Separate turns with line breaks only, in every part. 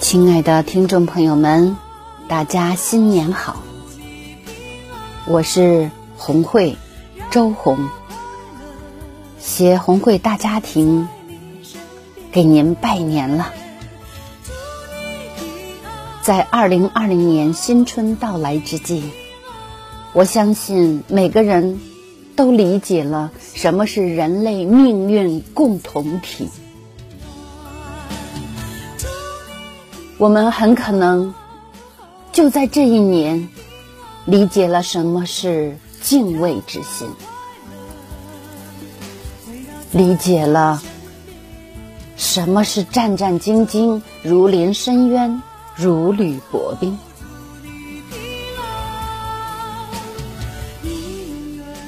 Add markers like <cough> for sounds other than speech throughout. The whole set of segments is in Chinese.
亲爱的听众朋友们，大家新年好！我是红会周红，携红会大家庭给您拜年了。在二零二零年新春到来之际，我相信每个人都理解了什么是人类命运共同体。我们很可能就在这一年理解了什么是敬畏之心，理解了什么是战战兢兢、如临深渊。如履薄冰。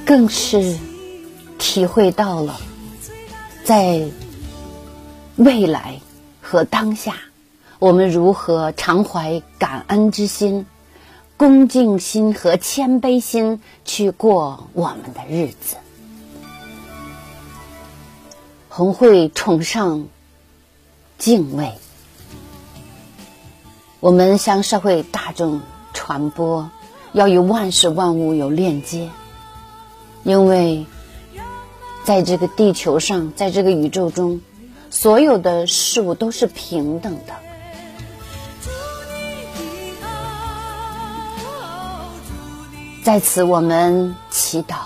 更是体会到了，在未来和当下，我们如何常怀感恩之心、恭敬心和谦卑心去过我们的日子。红会崇尚敬畏。我们向社会大众传播，要与万事万物有链接，因为在这个地球上，在这个宇宙中，所有的事物都是平等的。在此，我们祈祷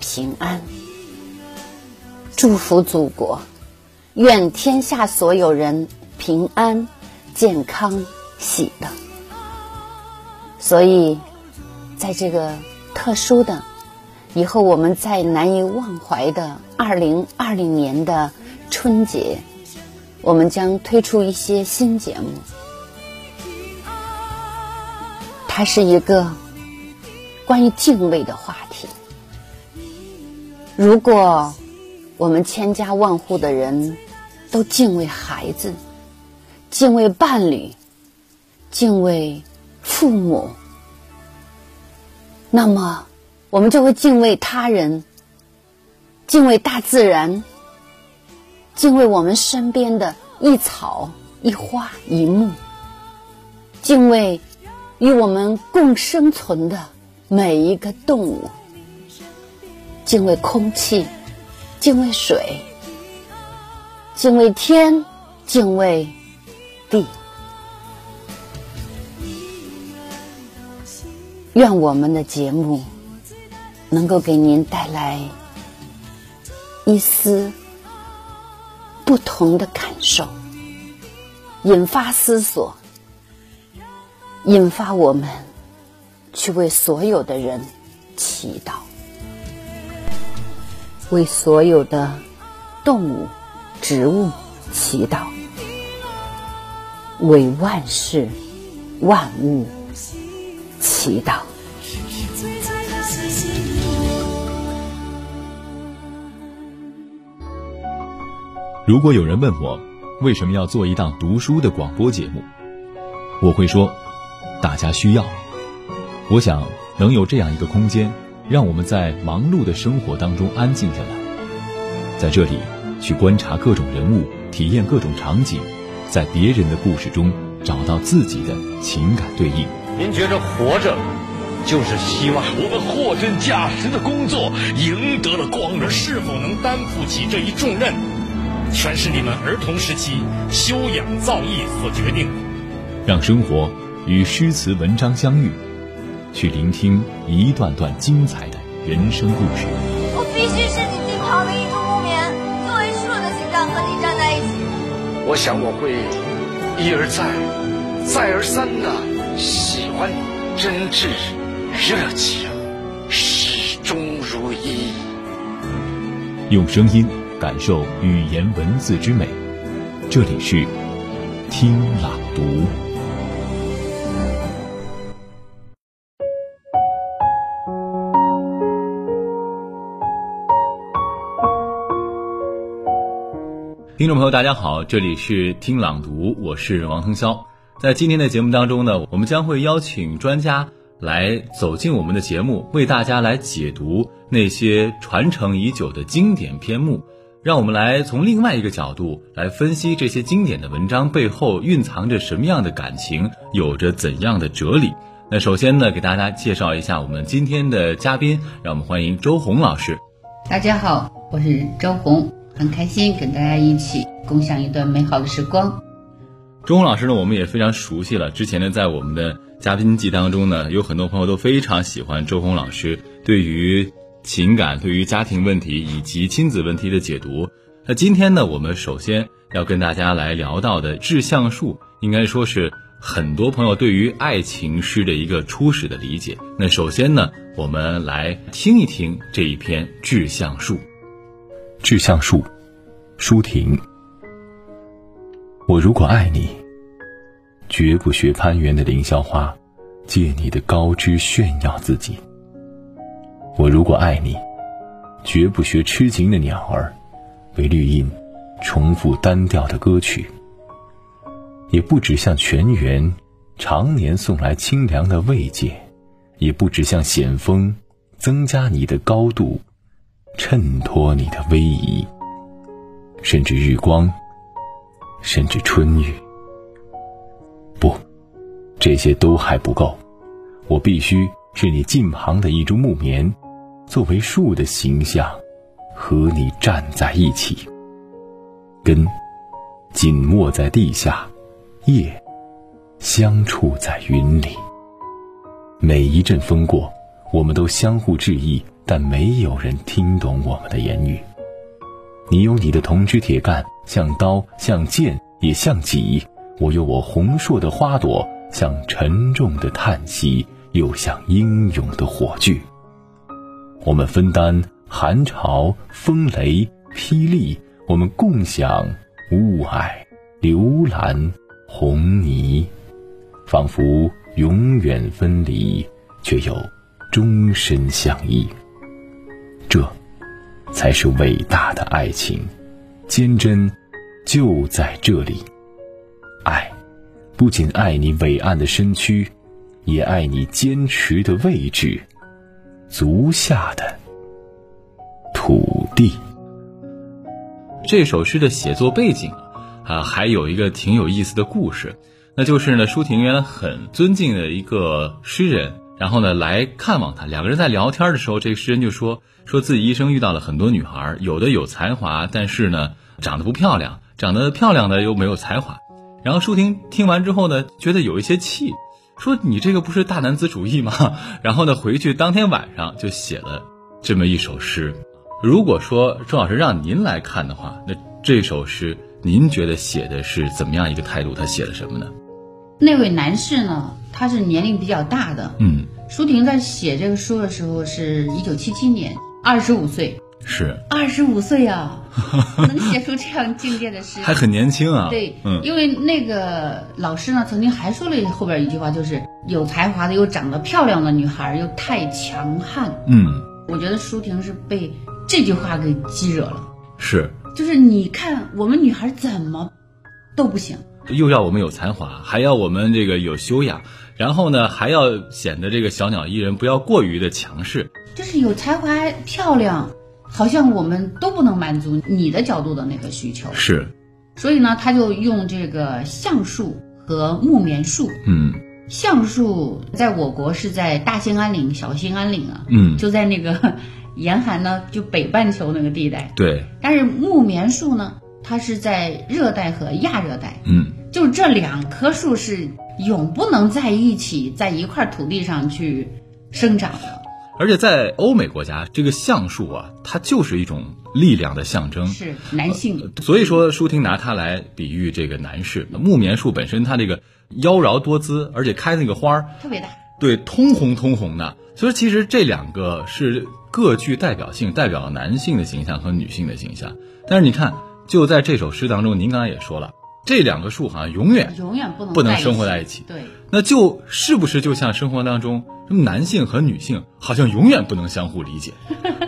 平安，祝福祖国，愿天下所有人平安、健康。喜的，所以，在这个特殊的、以后我们再难以忘怀的二零二零年的春节，我们将推出一些新节目。它是一个关于敬畏的话题。如果我们千家万户的人都敬畏孩子，敬畏伴侣。敬畏父母，那么我们就会敬畏他人，敬畏大自然，敬畏我们身边的一草一花一木，敬畏与我们共生存的每一个动物，敬畏空气，敬畏水，敬畏天，敬畏地。愿我们的节目能够给您带来一丝不同的感受，引发思索，引发我们去为所有的人祈祷，为所有的动物、植物祈祷，为万事万物祈祷。
如果有人问我为什么要做一档读书的广播节目，我会说，大家需要。我想能有这样一个空间，让我们在忙碌的生活当中安静下来，在这里去观察各种人物，体验各种场景，在别人的故事中找到自己的情感对应。
您觉着活着就是希望？
我们货真价实的工作赢得了光荣，
是否能担负起这一重任？全是你们儿童时期修养造诣所决定的。
让生活与诗词文章相遇，去聆听一段段精彩的人生故事。
我必须是你最好的一株木棉，作为树的形状和你站在一起。
我想我会一而再、再而三的喜欢你，真挚、热情，始终如一。
用声音。感受语言文字之美，这里是听朗读。听众朋友，大家好，这里是听朗读，我是王腾霄。在今天的节目当中呢，我们将会邀请专家。来走进我们的节目，为大家来解读那些传承已久的经典篇目。让我们来从另外一个角度来分析这些经典的文章背后蕴藏着什么样的感情，有着怎样的哲理。那首先呢，给大家介绍一下我们今天的嘉宾，让我们欢迎周红老师。
大家好，我是周红，很开心跟大家一起共享一段美好的时光。
周红老师呢，我们也非常熟悉了。之前呢，在我们的嘉宾季当中呢，有很多朋友都非常喜欢周红老师对于情感、对于家庭问题以及亲子问题的解读。那今天呢，我们首先要跟大家来聊到的志向树，应该说是很多朋友对于爱情诗的一个初始的理解。那首先呢，我们来听一听这一篇《志向树》。
志向树，舒婷。我如果爱你，绝不学攀援的凌霄花，借你的高枝炫耀自己；我如果爱你，绝不学痴情的鸟儿，为绿荫重复单调的歌曲；也不只向泉源常年送来清凉的慰藉，也不只向险峰增加你的高度，衬托你的威仪，甚至日光。甚至春雨，不，这些都还不够。我必须是你近旁的一株木棉，作为树的形象，和你站在一起。根紧握在地下，叶相触在云里。每一阵风过，我们都相互致意，但没有人听懂我们的言语。你有你的铜枝铁干，像刀，像剑，也像戟；我有我红硕的花朵，像沉重的叹息，又像英勇的火炬。我们分担寒潮、风雷、霹雳，我们共享雾霭、流岚、红泥，仿佛永远分离，却又终身相依。这。才是伟大的爱情，坚贞就在这里。爱，不仅爱你伟岸的身躯，也爱你坚持的位置，足下的土地。
这首诗的写作背景啊，还有一个挺有意思的故事，那就是呢，舒婷原来很尊敬的一个诗人。然后呢，来看望他。两个人在聊天的时候，这个诗人就说：“说自己一生遇到了很多女孩，有的有才华，但是呢，长得不漂亮；长得漂亮的又没有才华。”然后舒婷听完之后呢，觉得有一些气，说：“你这个不是大男子主义吗？” <laughs> 然后呢，回去当天晚上就写了这么一首诗。如果说周老师让您来看的话，那这首诗您觉得写的是怎么样一个态度？他写了什么呢？
那位男士呢，他是年龄比较大的。
嗯，
舒婷在写这个书的时候是一九七七年，二十五岁。
是
二十五岁
<laughs>
啊，能写出这样境界的诗，
还很年轻啊。
对，
嗯，
因为那个老师呢，曾经还说了后边一句话，就是有才华的又长得漂亮的女孩又太强悍。
嗯，
我觉得舒婷是被这句话给激惹了。
是，
就是你看我们女孩怎么都不行。
又要我们有才华，还要我们这个有修养，然后呢，还要显得这个小鸟依人，不要过于的强势。
就是有才华、漂亮，好像我们都不能满足你的角度的那个需求。
是，
所以呢，他就用这个橡树和木棉树。
嗯
橡树在我国是在大兴安岭、小兴安岭啊，
嗯，
就在那个 <laughs> 严寒呢，就北半球那个地带。
对，
但是木棉树呢，它是在热带和亚热带，
嗯
就这两棵树是永不能在一起，在一块土地上去生长的。
而且在欧美国家，这个橡树啊，它就是一种力量的象征。呃
是男性，
所以说，舒婷拿它来比喻这个男士。木棉树本身它这个妖娆多姿，而且开那个花儿，
特别大。
对，通红通红的。所以其实这两个是各具代表性，代表男性的形象和女性的形象。但是你看，就在这首诗当中，您刚才也说了，这两个树好像永远
永远不能
不能
在一
生活
起
在一起。
对，
那就是不是就像生活当中，男性和女性好像永远不能相互理
<laughs>
解，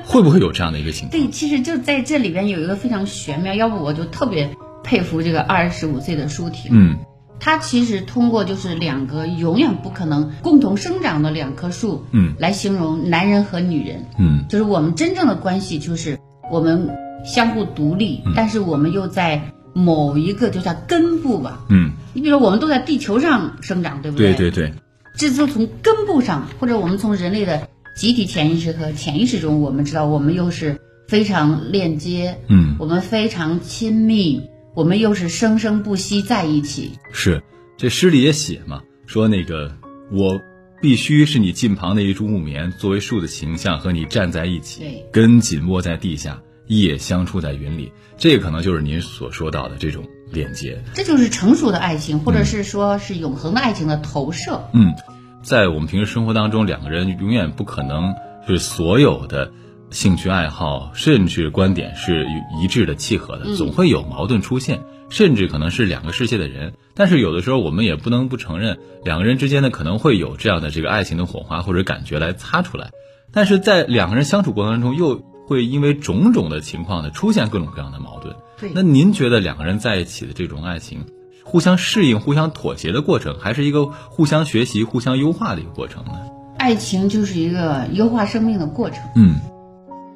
会不会有这样的一个情况？
对，其实就在这里边有一个非常玄妙，要不我就特别佩服这个二十五岁的舒婷，
嗯，
她其实通过就是两个永远不可能共同生长的两棵树，
嗯
来形容男人和女人，
嗯，
就是我们真正的关系，就是我们相互独立，
嗯
但是我们又在某一个就叫根部吧。
嗯，
你比如说，我们都在地球上生长，对不
对
对
对对，
这都从根部上，或者我们从人类的集体潜意识和潜意识中，我们知道我们又是非常链接，
嗯
我们非常亲密，我们又是生生不息在一起。
是。这诗里也写嘛，说那个我必须是你近旁的一株木棉，作为树的形象和你站在一起
对，
根紧握在地下，叶相触在云里。这可能就是您所说到的这种链接。
这就是成熟的爱情，或者是说是永恒的爱情的投射。
嗯，在我们平时生活当中，两个人永远不可能是所有的兴趣爱好，甚至观点是一致的、契合的，
嗯
总会有矛盾出现，甚至可能是两个世界的人。但是有的时候，我们也不能不承认，两个人之间呢，可能会有这样的这个爱情的火花或者感觉来擦出来。但是在两个人相处过程中，又会因为种种的情况呢，出现各种各样的矛盾。
对
那您觉得两个人在一起的这种爱情，互相适应、互相妥协的过程，还是一个互相学习、互相优化的一个过程呢？
爱情就是一个优化生命的过程。
嗯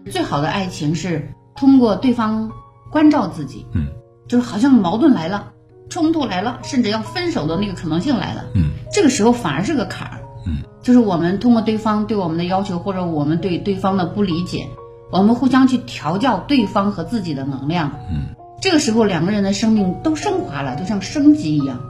最好的爱情是通过对方关照自己，
嗯，
就是好像矛盾来了、冲突来了，甚至要分手的那个可能性来了，
嗯，
这个时候反而是个坎儿，
嗯，
就是我们通过对方对我们的要求，或者我们对对方的不理解，我们互相去调教对方和自己的能量，
嗯，
这个时候两个人的生命都升华了，就像升级一样。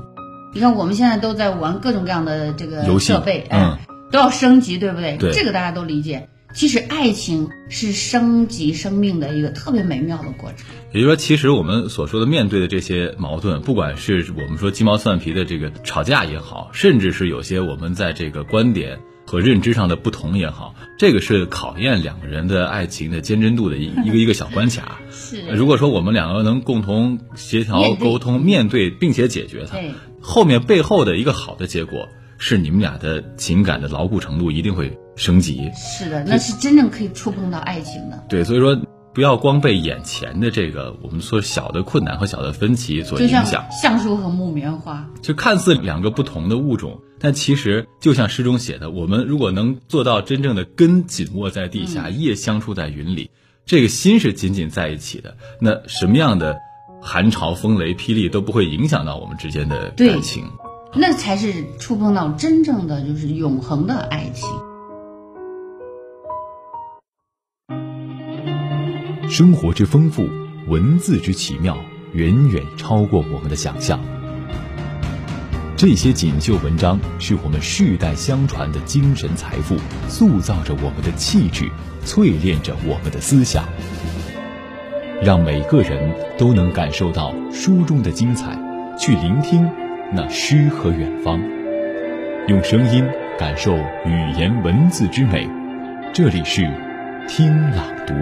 你看我们现在都在玩各种各样的这个
游戏
设备，哎
嗯
都要升级，对不对？
对
这个大家都理解。其实爱情是升级生命的一个特别美妙的过程。
也就是说，其实我们所说的面对的这些矛盾，不管是我们说鸡毛蒜皮的这个吵架也好，甚至是有些我们在这个观点和认知上的不同也好，这个是考验两个人的爱情的坚贞度的
<laughs>
一一个一个小关卡。
是
如果说我们两个能共同协调、
面对
沟通、面对并且解决它
对，
后面背后的一个好的结果是你们俩的情感的牢固程度一定会升级。
是的，那是真正可以触碰到爱情的。
对，所以说不要光被眼前的这个我们说小的困难和小的分歧所
就
影
像
响，
橡树和木棉花，
就看似两个不同的物种，但其实就像诗中写的，我们如果能做到真正的根紧握在地
嗯
下，叶相触在云里，这个心是紧紧在一起的，那什么样的寒潮、风雷、霹雳都不会影响到我们之间的
对
感情。
那才是触碰到真正的就是永恒的爱情。
生活之丰富，文字之奇妙，远远超过我们的想象。这些锦绣文章是我们世代相传的精神财富，塑造着我们的气质，淬炼着我们的思想，让每个人都能感受到书中的精彩，去聆听那诗和远方，用声音感受语言文字之美。这里是听朗读。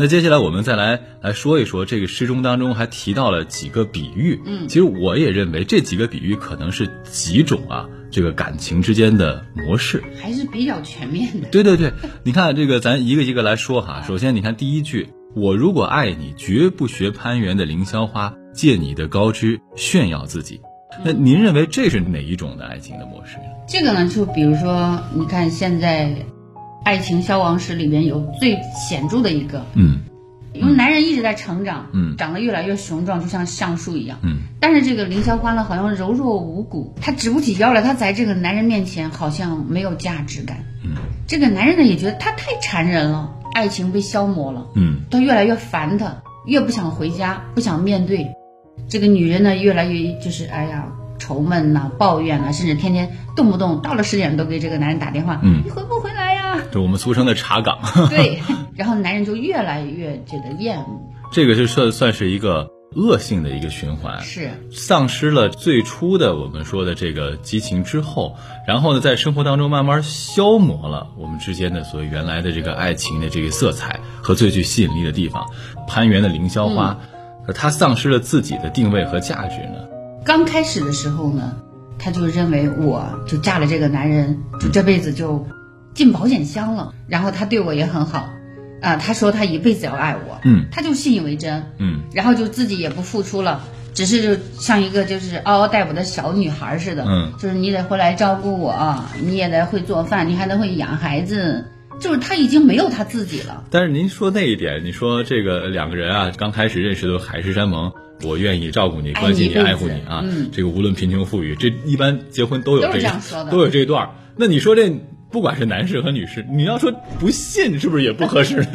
那接下来我们再来来说一说这个诗中当中还提到了几个比喻，
嗯
其实我也认为这几个比喻可能是几种啊这个感情之间的模式。
还是比较全面的。
对对对，你看这个咱一个一个来说哈。首先你看第一句，我如果爱你，绝不学攀援的凌霄花，借你的高枝炫耀自己。那您认为这是哪一种的爱情的模式呢？
这个呢，就比如说，你看现在《爱情消亡史》里面有最显著的一个，
嗯
因为男人一直在成长，
嗯
长得越来越雄壮，就像橡树一样。
嗯，
但是这个凌霄花呢，好像柔弱无骨，她直不起腰来，她在这个男人面前好像没有价值感。
嗯，
这个男人呢也觉得她太缠人了，爱情被消磨了，
嗯
他越来越烦她，越不想回家，不想面对。这个女人呢，越来越就是哎呀愁闷呐、抱怨呐、甚至天天动不动到了十点都给这个男人打电话，
嗯
你回不回
<laughs>
来呀？
就我们俗称的茶岗。
对，然后男人就越来越觉得厌恶。
这个是算算是一个恶性的一个循环。
是，
丧失了最初的我们说的这个激情之后，然后呢，在生活当中慢慢消磨了我们之间的所谓原来的这个爱情的这个色彩和最具吸引力的地方。攀援的凌霄花，而它丧失了自己的定位和价值呢？
刚开始的时候呢，她就认为我就嫁了这个男人，就这辈子就进保险箱了。然后他对我也很好，啊，他说他一辈子要爱我，
嗯
他就信以为真，
嗯
然后就自己也不付出了。只是就像一个就是嗷嗷待哺的小女孩似的，
嗯
就是你得回来照顾我，你也得会做饭，你还得会养孩子，就是他已经没有他自己了。
但是您说那一点，你说这个两个人啊，刚开始认识都海誓山盟，我愿意照顾你、
爱
关心
你一
你、
辈子
爱护你啊，
嗯
这个无论贫穷富裕，这一般结婚都有
都
这
是这样说
<laughs>
的
都有这段儿。那你说这不管是男士和女士，你要说不信，是不是也不合适？ <laughs>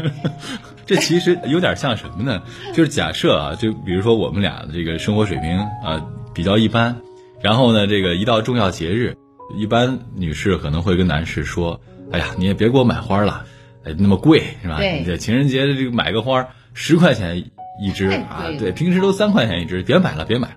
这其实有点像什么呢？就是假设啊，就比如说我们俩的这个生活水平啊、呃比较一般，然后呢，这个一到重要节日，一般女士可能会跟男士说：“哎呀，你也别给我买花了，哎，那么贵是吧？
对
你这情人节这个买个花十块钱一支
太
啊
贵了，
对，平时都三块钱一支，别买了，别买了。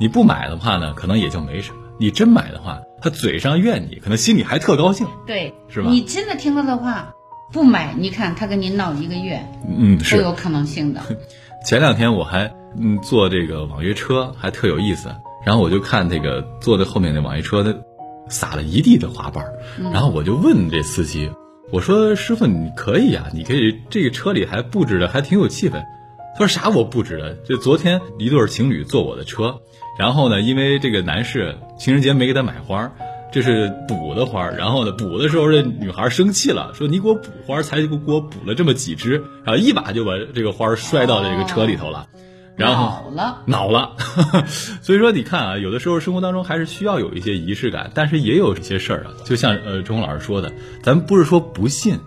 你不买的话呢，可能也就没什么；你真买的话，他嘴上怨你，可能心里还特高兴。
对，
是吧
你真的听他的话，不买，你看他跟你闹一个月
嗯，
都
是。
有可能性的。
前两天我还嗯坐这个网约车，还特有意思。然后我就看这个坐在后面的网约车，它撒了一地的花瓣儿。然后我就问这司机，我说：“师傅，你可以啊，你可以这个车里还布置的还挺有气氛。”他说：“啥我布置的？就昨天一对儿情侣坐我的车，然后呢，因为这个男士情人节没给他买花儿。”这是补的花儿，然后呢，补的时候这女孩生气了，说你给我补花儿，才给我补了这么几枝，然后一把就把这个花儿摔到这个车里头了， <laughs> 然后
好了，
恼了。 <laughs> 所以说，你看啊，有的时候生活当中还是需要有一些仪式感，但是也有一些事儿啊，就像呃钟老师说的，咱们不是说不信。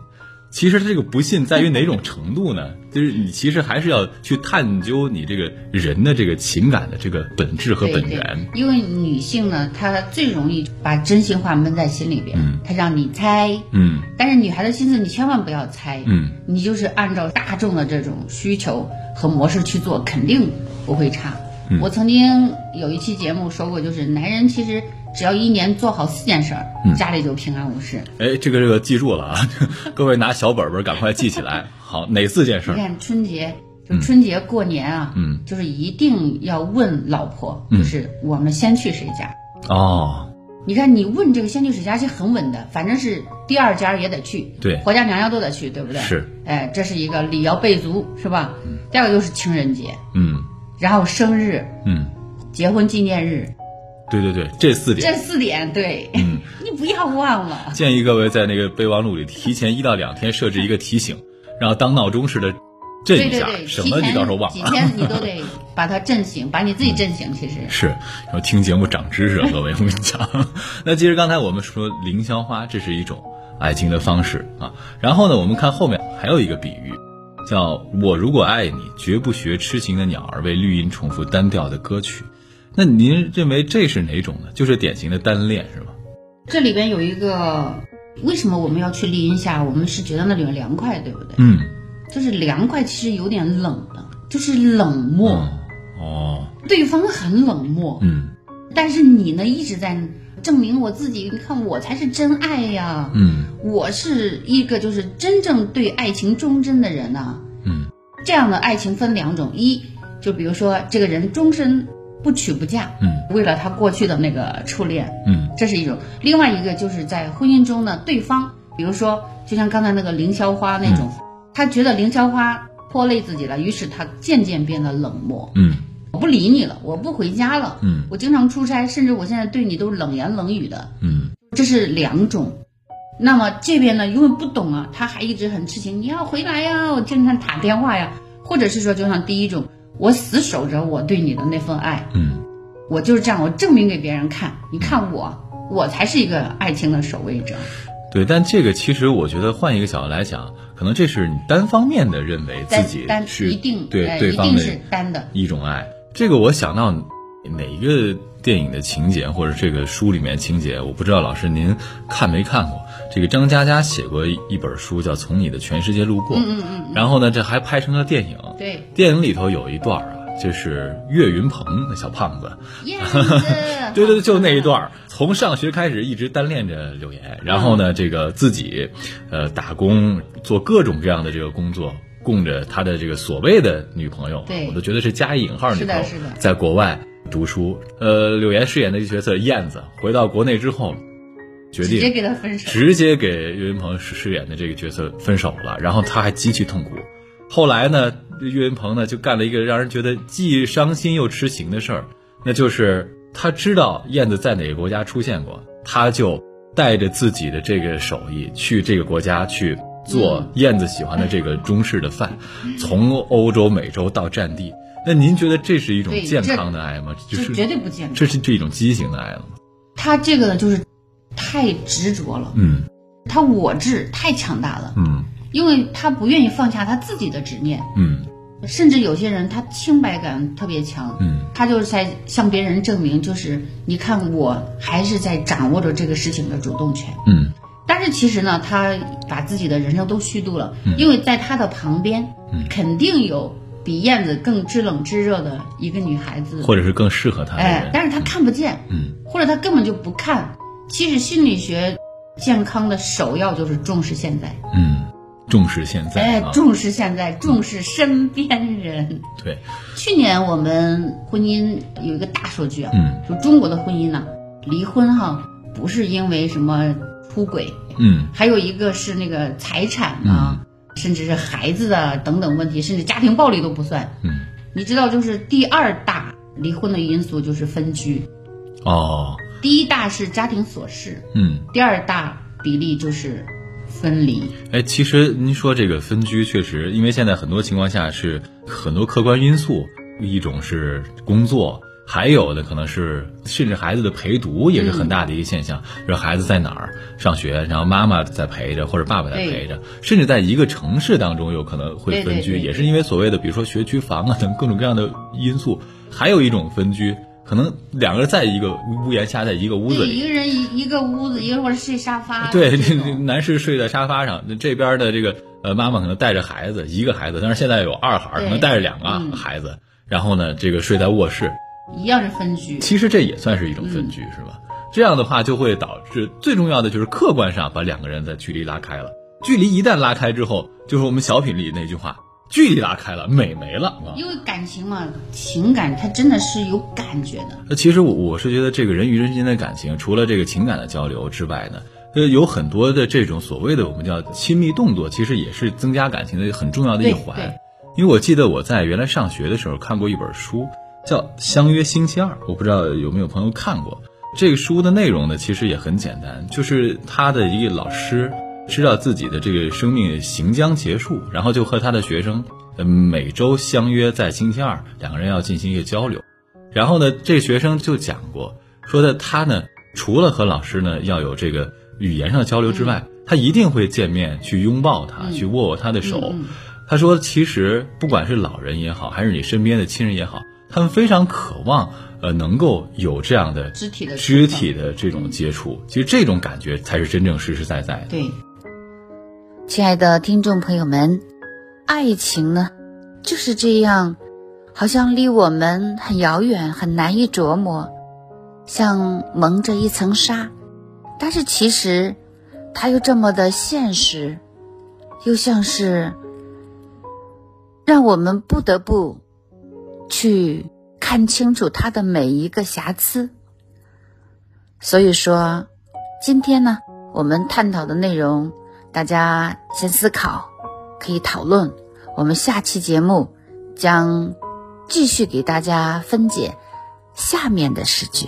其实这个不信在于哪种程度呢？就是你其实还是要去探究你这个人的这个情感的这个本质和
对
本
对
源。
因为女性呢，她最容易把真心话闷在心里边，
嗯
她让你猜，
嗯
但是女孩的心思你千万不要猜，
嗯，
你就是按照大众的这种需求和模式去做，肯定不会差。
嗯
我曾经有一期节目说过，就是男人其实只要一年做好四件事儿，
嗯
家里就平安无事。
哎，这个这个记住了啊， <laughs> 各位拿小本本赶快记起来。好，哪四件事
你
儿？
看春节，就春节过年啊，
嗯，
就是一定要问老婆，
嗯
就是我们先去谁家。
哦，
你看，你问这个先去谁家是很稳的，反正是第二家也得去，
对
婆家娘家都得去，对不对？
是，
哎，这是一个礼要备足，是吧？第二个就是情人节，
嗯
然后生日、
嗯，
结婚纪念日，
对对对，这四
这
点。
四点，对，
嗯
你不要忘了。
建议各位在那个备忘录里提前一到两天设置一个提醒，然后当闹钟似的震
对
一
对
下，
对，
省
提
得你
前
到时候忘
几
了。
天你都得把它震醒，把你自己震醒。其实，
<laughs> 是，然后听节目长知
<laughs>
识了，啊各位，我跟你讲。那其实刚才我们说凌霄花，这是一种爱情的方式啊。然后呢，我们看后面还有一个比喻，叫“我如果爱你，绝不学痴情的鸟儿为绿荫重复单调的歌曲”。那您认为这是哪种呢？就是典型的单恋是吗？
这里边有一个，为什么我们要去丽荫下？我们是觉得那里面凉快，对不对？
嗯，
就是凉快，其实有点冷的，就是冷漠。
哦，哦，
对方很冷漠，
嗯
但是你呢一直在证明我自己，你看我才是真爱呀，
嗯
我是一个就是真正对爱情忠贞的人呐、啊
嗯
这样的爱情分两种，一就比如说这个人终身不娶不嫁，
嗯
为了他过去的那个初恋，
嗯
这是一种；另外一个就是在婚姻中呢，对方比如说就像刚才那个凌霄花那种，他觉得凌霄花拖累自己了，于是他渐渐变得冷漠，
嗯
我不理你了，我不回家了，
嗯
我经常出差，甚至我现在对你都冷言冷语的，
嗯
这是两种。那么这边呢，因为不懂啊，他还一直很痴情，你要回来呀，我经常打电话呀，或者是说，就像第一种，我死守着我对你的那份爱，
嗯，
我就是这样，我证明给别人看，你看我，我才是一个爱情的守卫者。
对。但这个其实我觉得换一个角度来讲，可能这是你单方面的认为自
单
己
单
是
一定
对
呃
对
一
方
定
的
是单的，
一种爱。这个我想到哪一个电影的情节，或者这个书里面情节，我不知道老师您看没看过？这个张嘉佳写过一一本书叫《从你的全世界路过》，
嗯嗯嗯，
然后呢，这还拍成了电影。 <laughs>
对，
电影里头有一段儿啊，就是岳云鹏那小胖子，，
燕子
对对对，就那一段儿，从上学开始一直单恋着柳岩，然后
嗯
呢，这个自己，呃，打工做各种各样的这个工作，供着他的这个所谓的女朋友，
对
我都觉得是加引号女
是
朋
的
友
是的，
在国外读书。呃，柳岩饰演的这个角色燕子，回到国内之后，决
直接
定
给他分手，
直接给岳云鹏饰饰演的这个角色分手了，然后他还极其痛苦。后来呢，岳云鹏呢就干了一个让人觉得既伤心又痴情的事儿，那就是他知道燕子在哪个国家出现过，他就带着自己的这个手艺去这个国家去做燕子喜欢的这个中式的饭，从欧洲、美洲到战地。那您觉得这是一种
对
健
这
康的爱吗？就
这
是
绝对不健康
这是这一种畸形的爱了吗。
他这个就是太执着了，
嗯
他我执太强大了，
嗯
因为他不愿意放下他自己的执念，
嗯
甚至有些人他清白感特别强，
嗯
他就是在向别人证明，就是你看我还是在掌握着这个事情的主动权。
嗯
但是其实呢，他把自己的人生都虚度了，
嗯
因为在他的旁边，肯定有比燕子更知冷知热的一个女孩子，
或者是更适合他的人。
哎，但是他看不见，
嗯
或者他根本就不看。其实心理学健康的首要就是重视现在，
嗯，重视现在
哎
啊，，
重视现在，重视身边人。
对，
去年我们婚姻有一个大数据啊，
嗯
就中国的婚姻呢、离婚哈、不是因为什么出轨，
嗯
还有一个是那个财产啊，甚至是孩子的等等问题，甚至家庭暴力都不算。
嗯，
你知道，就是第二大离婚的因素就是分居，
哦，
第一大是家庭琐事，
嗯，
第二大比例就是分离。
哎，其实您说这个分居，确实，因为现在很多情况下是很多客观因素，一种是工作。还有的可能是，甚至孩子的陪读也是
嗯
很大的一个现象。比如孩子在哪儿上学，然后妈妈在陪着，或者爸爸在
对
陪着，甚至在一个城市当中有可能会
对对
分居，
对
也是因为所谓的比如说学区房啊等各种各样的因素。还有一种分居，可能两个人在一个屋檐下，在一个屋子
对，
里，
一个人一一个屋子，一个或者睡沙发。
对，
这
这
种
这男士睡在沙发上，那这边的这个呃妈妈可能带着孩子，一个孩子，但是现在有二孩，可
对
能带着两个
嗯
孩子，然后呢，这个睡在卧室，
一样是分居。
其实这也算是一种
嗯
分居，是吧？这样的话就会导致最重要的就是客观上把两个人的距离拉开了，距离一旦拉开之后，就是我们小品里那句话，距离拉开了，美没了啊。
因为感情嘛，情感它真的是有感觉的。
那呃其实我我是觉得，这个人与人之间的感情，除了这个情感的交流之外呢，呃，有很多的这种所谓的我们叫亲密动作，其实也是增加感情的很重要的一
对对
环。因为我记得我在原来上学的时候看过一本书，叫《相约星期二》，我不知道有没有朋友看过。这个书的内容呢，其实也很简单，就是他的一个老师知道自己的这个生命行将结束，然后就和他的学生，呃，每周相约在星期二，两个人要进行一个交流。然后呢，这学生就讲过，说的他呢，除了和老师呢要有这个语言上的交流之外，他一定会见面去拥抱他，去握握他的手。他说，其实不管是老人也好，还是你身边的亲人也好，他们非常渴望呃能够有这样的
肢体的
肢
触碰
体的这种接触。其实这种感觉才是真正实实在在的。
对，
亲爱的听众朋友们，爱情呢，就是这样，好像离我们很遥远，很难以琢磨，像蒙着一层纱。但是其实，它又这么的现实，又像是让我们不得不去看清楚它的每一个瑕疵。所以说，今天呢，我们探讨的内容，大家先思考，可以讨论。我们下期节目将继续给大家分解下面的诗句。